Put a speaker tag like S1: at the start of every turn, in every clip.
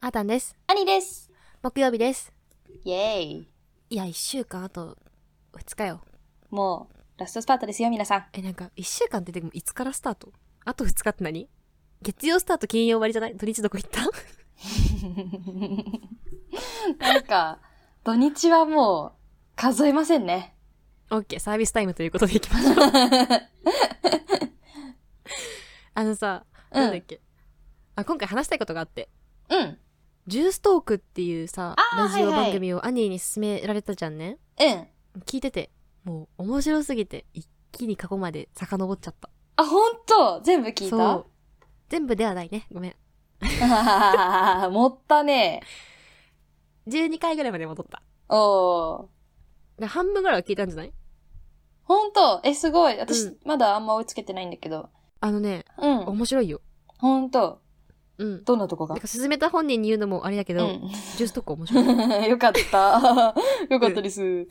S1: あーたんです。
S2: 兄です。
S1: 木曜日です。
S2: イエーイ。
S1: いや、1週間あと2日よ。
S2: もう、ラストスパートですよ、皆 さん。
S1: え、なんか1週間ってでもいつからスタートあと2日って何月曜スタート金曜終わりじゃない土日どこ行った
S2: なんか、土日はもう、数えませんね。
S1: オッケーサービスタイムということでいきま しょう。あのさ、
S2: うん
S1: なんだっけ、あ、今回話したいことがあって。
S2: うん。
S1: ジューストークっていうさ、
S2: あー
S1: ラジオ
S2: はいはい
S1: 番組をアニーに勧められたじゃんね。
S2: うん。
S1: 聞いてて、もう面白すぎて一気に過去まで遡っちゃった。
S2: あ、ほんと全部聞い
S1: そ
S2: た
S1: う。全部ではないね。ごめん。
S2: あ ー持ったね。
S1: 12回ぐらいまで戻った。
S2: おー。
S1: で半分ぐらいは聞いたんじゃない
S2: ほんとえ、すごい。私、
S1: うん
S2: まだあんま追いつけてないんだけど。
S1: あのね、
S2: うん。
S1: 面白いよ。
S2: ほんと
S1: うん。
S2: どんなとこが
S1: なんか進めた本人に言うのもあれだけ
S2: う
S1: ど、
S2: ん。
S1: ジュースとか面白 い。
S2: よ かった。よかったです。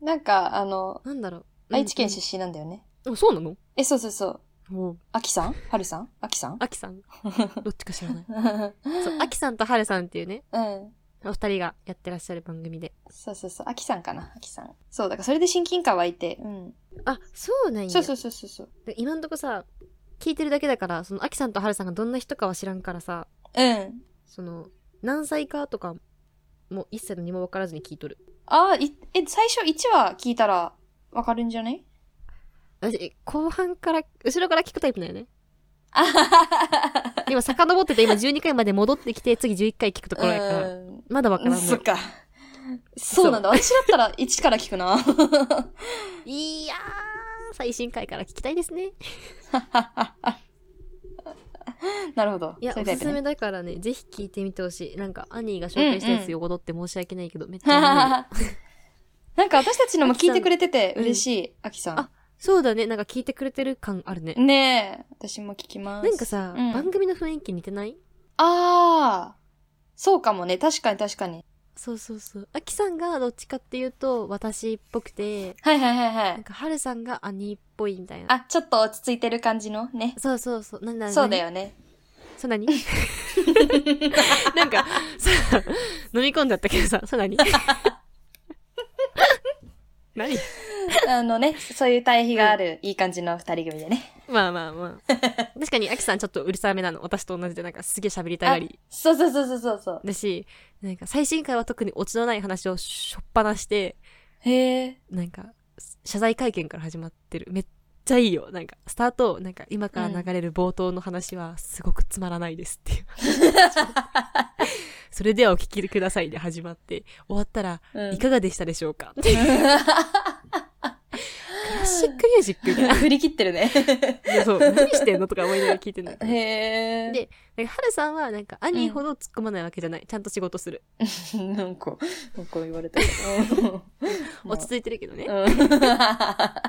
S2: なんか、あの、
S1: なんだろう。
S2: 愛知県
S1: 身。
S2: 出身なんだよね。
S1: うんあそうなの
S2: え、そうそうそう。
S1: もう、
S2: あきさんはるさんあきさん
S1: アキ さん。どっちか知ら ない。
S2: う
S1: そう、アキさんとハルさんっていうね、
S2: ん。
S1: お二人がやってらっしゃる番組で。
S2: そうそうそう。あきさんかなあきさん。そう、だからそれで親近感湧いて。うん。
S1: あ、そうなんや。
S2: そうそうそうそうそう。
S1: で今んとこさ、聞いてるだけだから、そのアキさんとハルさんがどんな人かは知らんからさ、
S2: うん。
S1: その、何歳かとか、もう一切何も分からずに聞いとる。
S2: あーい、え、最初1話聞いたらわかるんじゃない
S1: 私、後半から、後ろから聞くタイプだよね。
S2: あはは
S1: 今遡ってて今12回まで戻ってきて次11回聞くところやから、
S2: は
S1: まだわから
S2: うんん。
S1: の
S2: そっか。そうなんだ。私だったら1から聞くな。
S1: いやー最新回から聞きたいですね
S2: なるほど。
S1: いや
S2: そう
S1: お
S2: いうタ
S1: す
S2: イプ
S1: す
S2: ね
S1: めだからねぜひ聞いてみてほしいなんかアニーが紹介したやつ横取って申し訳ないけど、めっちゃ面白い
S2: なんか私たちのも聞いてくれてて嬉しい、あきさ
S1: あ そうだねなんか聞いてくれてる感あるね
S2: ん。ねえ、私も聞きます。
S1: なんかさ、
S2: うん
S1: 番組の雰囲気似てない
S2: ああ、そうかもね。確かに確かに。
S1: そうそうそうあきさんがどっちかっていうと私っぽくて
S2: はいはいはいは
S1: なん
S2: い。
S1: かはるさんが兄っぽいみたいな
S2: あ、ちょっと落ち着いてる感じのね。
S1: そうそうそうなんだ
S2: そうだよね。
S1: そう なになんか、さ、飲み込んじゃったけどさ、そう なに何
S2: あのね、そういう対比があ る、いい感じの二人組でね。
S1: まあまあま あ。確かに、アキさんちょっとうるさめなの。私と同じで、なんかすげえ喋りたがり
S2: そうそうそうそうそうそう。
S1: だし、なんか最新回は特にオチのない話をしょっぱなして、
S2: へえ。
S1: なんか、謝罪会見から始まってる。めっちゃいいよ。なんか、スタート、なんか今から流れる冒頭の話はすごくつまらないですっ ていう。それではお聞きくださいで始まって、終わったら、
S2: うん
S1: いかがでしたでしょうかクラシックミュージックみたい
S2: 振り切ってるね。
S1: な。 そう、何してんのとか思いながら聞いてんだけど。
S2: へえ。
S1: で、なんかハルさんはなんか兄ほど突っ込まないわけじゃない。ちゃんと仕事する。
S2: なんか、なんか言われた けど。うん
S1: 落ち着いてるけどね。
S2: うん
S1: な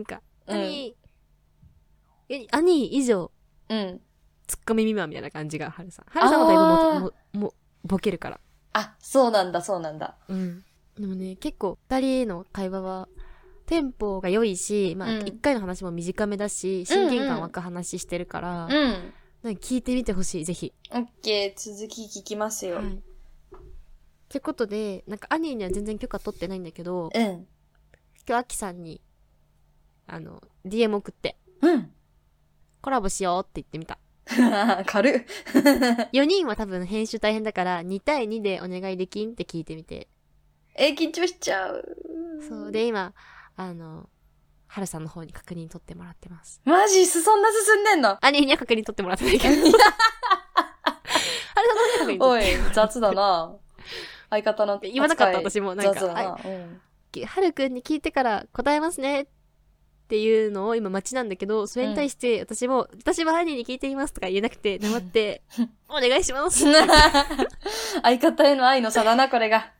S1: んか、
S2: うん
S1: 兄、え兄以上、
S2: うん。
S1: 突っ込み未満みたいな感じが、ハルさん。ハルさんはだいぶもももボケるから。
S2: あ、そうなんだ、そうなんだ。
S1: うん。でもね、結構、二人の会話は、テンポが良いし、まあ、
S2: うん
S1: 一、回の話も短めだし、親近感湧く話してるから、
S2: うん。
S1: なんか聞いてみてほしい、ぜひ。
S2: オッケー、続き聞きますよ。
S1: はい。ってことで、なんか兄には全然許可取ってないんだけど、
S2: うん。
S1: 今日アキさんに、あの、DM 送って、
S2: うん。
S1: コラボしようって言ってみた。
S2: 軽っ。
S1: 4人は多分編集大変だから、2対2でお願いできんって聞いてみて。
S2: え、緊張しちゃう。
S1: そう。で、今、あの、ハルさんの方に確認取ってもらってます。
S2: マジ、すそんな進んでんの
S1: 兄には確認取ってもらってない けど。ハルさんの方に確認
S2: お
S1: 取
S2: い
S1: っ、
S2: 雑だな。相方の
S1: て。言わなかった
S2: 扱
S1: 私
S2: い
S1: も、なん
S2: 雑だ
S1: か、
S2: な
S1: あ。ハルくんに聞いてから答えますね。っていうのを今待ちなんだけど、それに対して私も、私は兄に聞いていますとか言えなくて、黙 って、お願いします。
S2: うん 相方への愛の差だな、これが。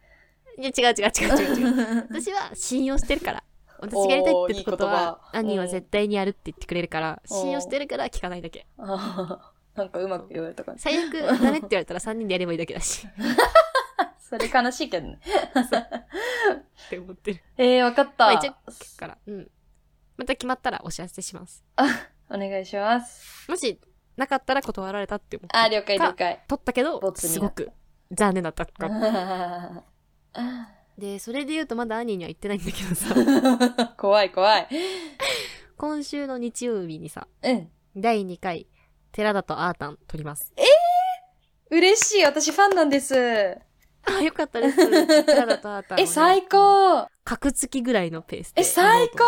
S1: いや、違う違う違う違う違う。 私は信用してるから。私がやりたいってってことは、
S2: おーいい言葉
S1: 兄は絶対にやるって言ってくれるから、
S2: おー
S1: 信用してるから聞かないだけ。
S2: あーなんかうまく言われたから。
S1: 最悪、ダメって言われたら3人でやればいいだけだ し。
S2: それ悲しいけどね。
S1: って思ってる
S2: えー、わかっ
S1: まあ
S2: た。
S1: 一応から。うん。また決まったらお知らせします。
S2: お願いします。
S1: もし、なかったら断られたって思う。
S2: あ、了解
S1: か
S2: 了解。
S1: 取ったけど
S2: ボ、ツに
S1: す
S2: な
S1: ご
S2: った
S1: く残念だったか。
S2: 怖
S1: で、それで言うとまだ兄には言ってないんだけどさ、
S2: い 怖い。
S1: 今週の日曜日にさ、
S2: うん。
S1: 第2回、寺田とアータン撮ります。
S2: 嬉しい。私ファンなんです。え、
S1: あ、よかったです。寺田とアータン、
S2: 最。高。
S1: 角つきぐらいのペースで。
S2: え、最高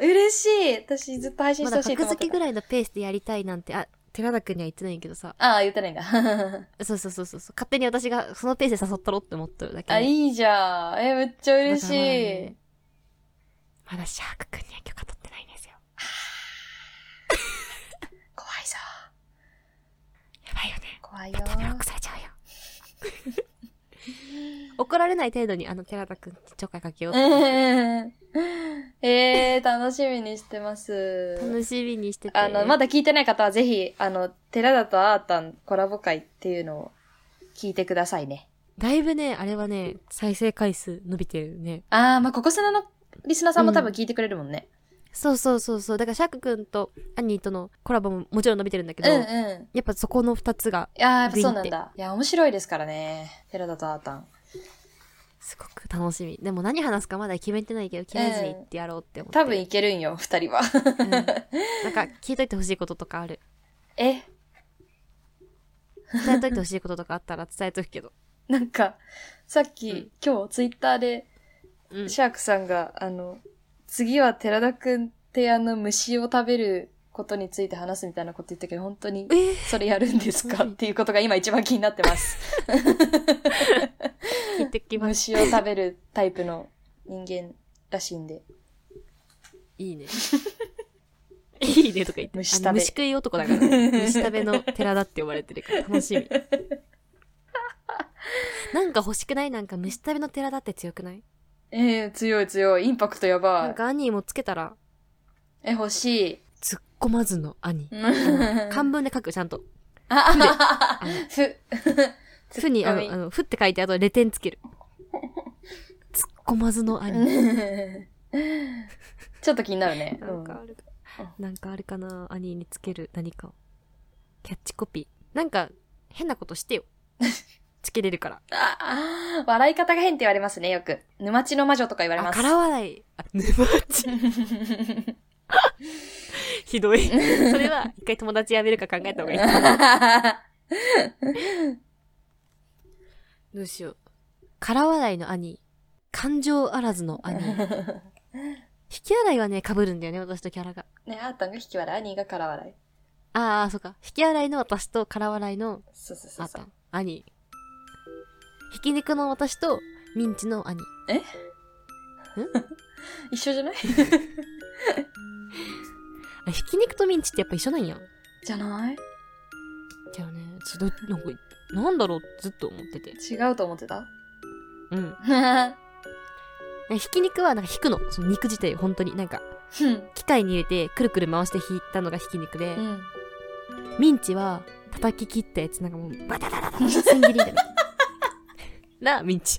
S2: 嬉しい。私ずっと配信
S1: ま
S2: して
S1: だ
S2: ほしいと
S1: 格
S2: 思っ
S1: 付
S2: て
S1: きぐ
S2: た。
S1: らいのペースでやりたいなんて、あ、寺田くんには言ってないけどさ、
S2: ああ、言ってないんだ。
S1: そうそうそうそう、勝手に私がそのペースで誘ったろって思ってるだけで。
S2: あ、いいじゃん。え、めっちゃ嬉しい。
S1: まだシャークくんには許可取ってないんですよ。
S2: 怖いぞ。
S1: やばいよね。
S2: 怖い
S1: ネットブロッ
S2: よ
S1: ク。されちゃうよ。怒られない程度にあの寺田くんにちょっかいかけよう。
S2: うん えー、楽しみにしてます。
S1: 楽しみにしてて。
S2: あの、まだ聞いてない方はぜひ、あの、寺田とアータンコラボ会っていうのを聞いてくださいね。
S1: だいぶね、あれはね、再生回数伸びてるね。
S2: あー、まあ、ここすなのリスナーさんも多分聞いてくれるもんね。
S1: そうそうそうそう。だからシャークくんとアニーとのコラボももちろん伸びてるんだけ
S2: う
S1: ど、
S2: んうん。
S1: やっぱそこの二つが
S2: いやー、やっぱそうなんだ。いや、面白いですからね。寺田とアータン。
S1: すごく楽しみ。でも何話すかまだ決めてないけど、決めずに言ってやろうって思って
S2: 多分
S1: る。
S2: いけるんよ、二人は。
S1: うんなんか聞いといてほしいこととかある。
S2: え、
S1: 伝えといてほしいこととかあったら伝えとくけど。
S2: なんか、さっき、
S1: うん
S2: 今日ツイッターで、
S1: うん。
S2: シャークさんが、あの、次は寺田くん提案の虫を食べることについて話すみたいなこと言ったけど、本当に
S1: えー
S2: それやるんですか
S1: う
S2: っ
S1: ん
S2: ていうことが今一番気になってます。
S1: 聞いてきます。
S2: 虫を食べるタイプの人間らしいんで。
S1: いいね。いいねとか言って。
S2: 虫食べ
S1: あの虫食い男だから、ね、虫食べの寺だって呼ばれてるから楽し み。なんか欲しくないなんか虫食べの寺だって強くない
S2: えー、強い強い。インパクトや
S1: な
S2: ばい
S1: ん。か兄もつけたら、
S2: え、欲しい。
S1: 突っ込まずの兄。あの漢文で書く、ちゃんと。
S2: あ、
S1: あの
S2: ふ。
S1: ふに、あの、
S2: ツッコミ
S1: あの、ふって書いて、あと、レ点つ ける。突っ込まずの兄。
S2: ちょっと気になるね。
S1: なんかあるか
S2: うん、
S1: なんかあるかな兄につける何かを。キャッチコピー。なんか、変なこと してよ。つけれるから。
S2: ああー笑い方が変って言われますね、よく。沼地の魔女とか言われ
S1: あ、
S2: ます。
S1: から笑い。あ、沼地。 ひどい。それは、一回友達辞めるか考え た方がいい。どうしよう。から笑いの兄。感情あらずの 兄。引き笑いはね、被るんだよね、私とキャラが。
S2: ね、あーたんが引き笑い、兄がから笑い。
S1: ああ、そうか。引き笑いの私とから笑いの
S2: そうそうそ
S1: あ
S2: う
S1: っ
S2: そう
S1: た。兄。ひき肉の私とミンチの兄。
S2: 一緒じゃない
S1: あ、ひき肉とミンチってやっぱ一緒なんや。
S2: じゃない
S1: じゃあね、ちょっと、なんか、なんだろうってずっと思ってて。
S2: 違うと思って た
S1: うん。ひき肉はなんか引くの。その肉自体、本当になんか、
S2: うん
S1: 機械に入れて、くるくる回して引いたのがひき肉で、
S2: うん。
S1: ミンチは叩き切ったやつ、なんかもう、バタバタバタ、千切りみたいな。な、ミンチ。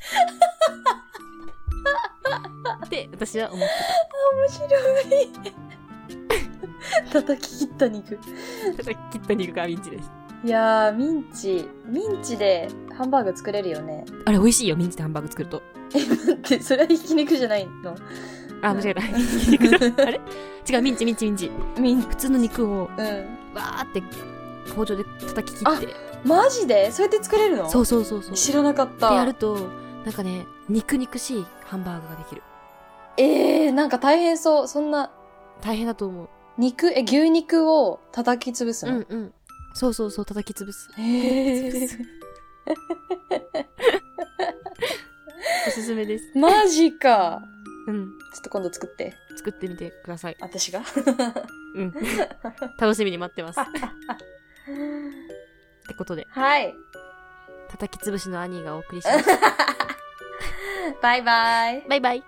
S1: って、私は思って
S2: 面白い。叩き切った肉。
S1: た。叩き切った肉がミンチです。
S2: いやー、ミンチ。ミンチでハンバーグ作れるよね。
S1: あれ、美味しいよ、ミンチでハンバーグ作ると。
S2: だって、それはひき肉じゃないの。
S1: あ、間違えた。ひき肉 だあれ違う、ミンチ、ミンチ、ミンチ。
S2: ミン
S1: 普通の肉を、
S2: う
S1: わ
S2: ん。
S1: ーって、包丁で叩き切って。
S2: マジでそうやって作れるの
S1: そうそうそうそう。
S2: 知らなかった。
S1: でやるとなんかね肉肉しいハンバーグができる
S2: えー、なんか大変そう。そんな、
S1: 大変だと思う
S2: 肉、え、牛肉を叩き潰す
S1: う
S2: の、
S1: んうんそうそうそう叩き潰す
S2: えー、
S1: おすすめです
S2: マジか。
S1: うん
S2: ちょっと今度作って。
S1: 作ってみてください
S2: 私が。
S1: うん楽しみに待ってますってことで
S2: はい。
S1: 叩き潰しの兄がお送りしました
S2: バイバイ。
S1: バイバイ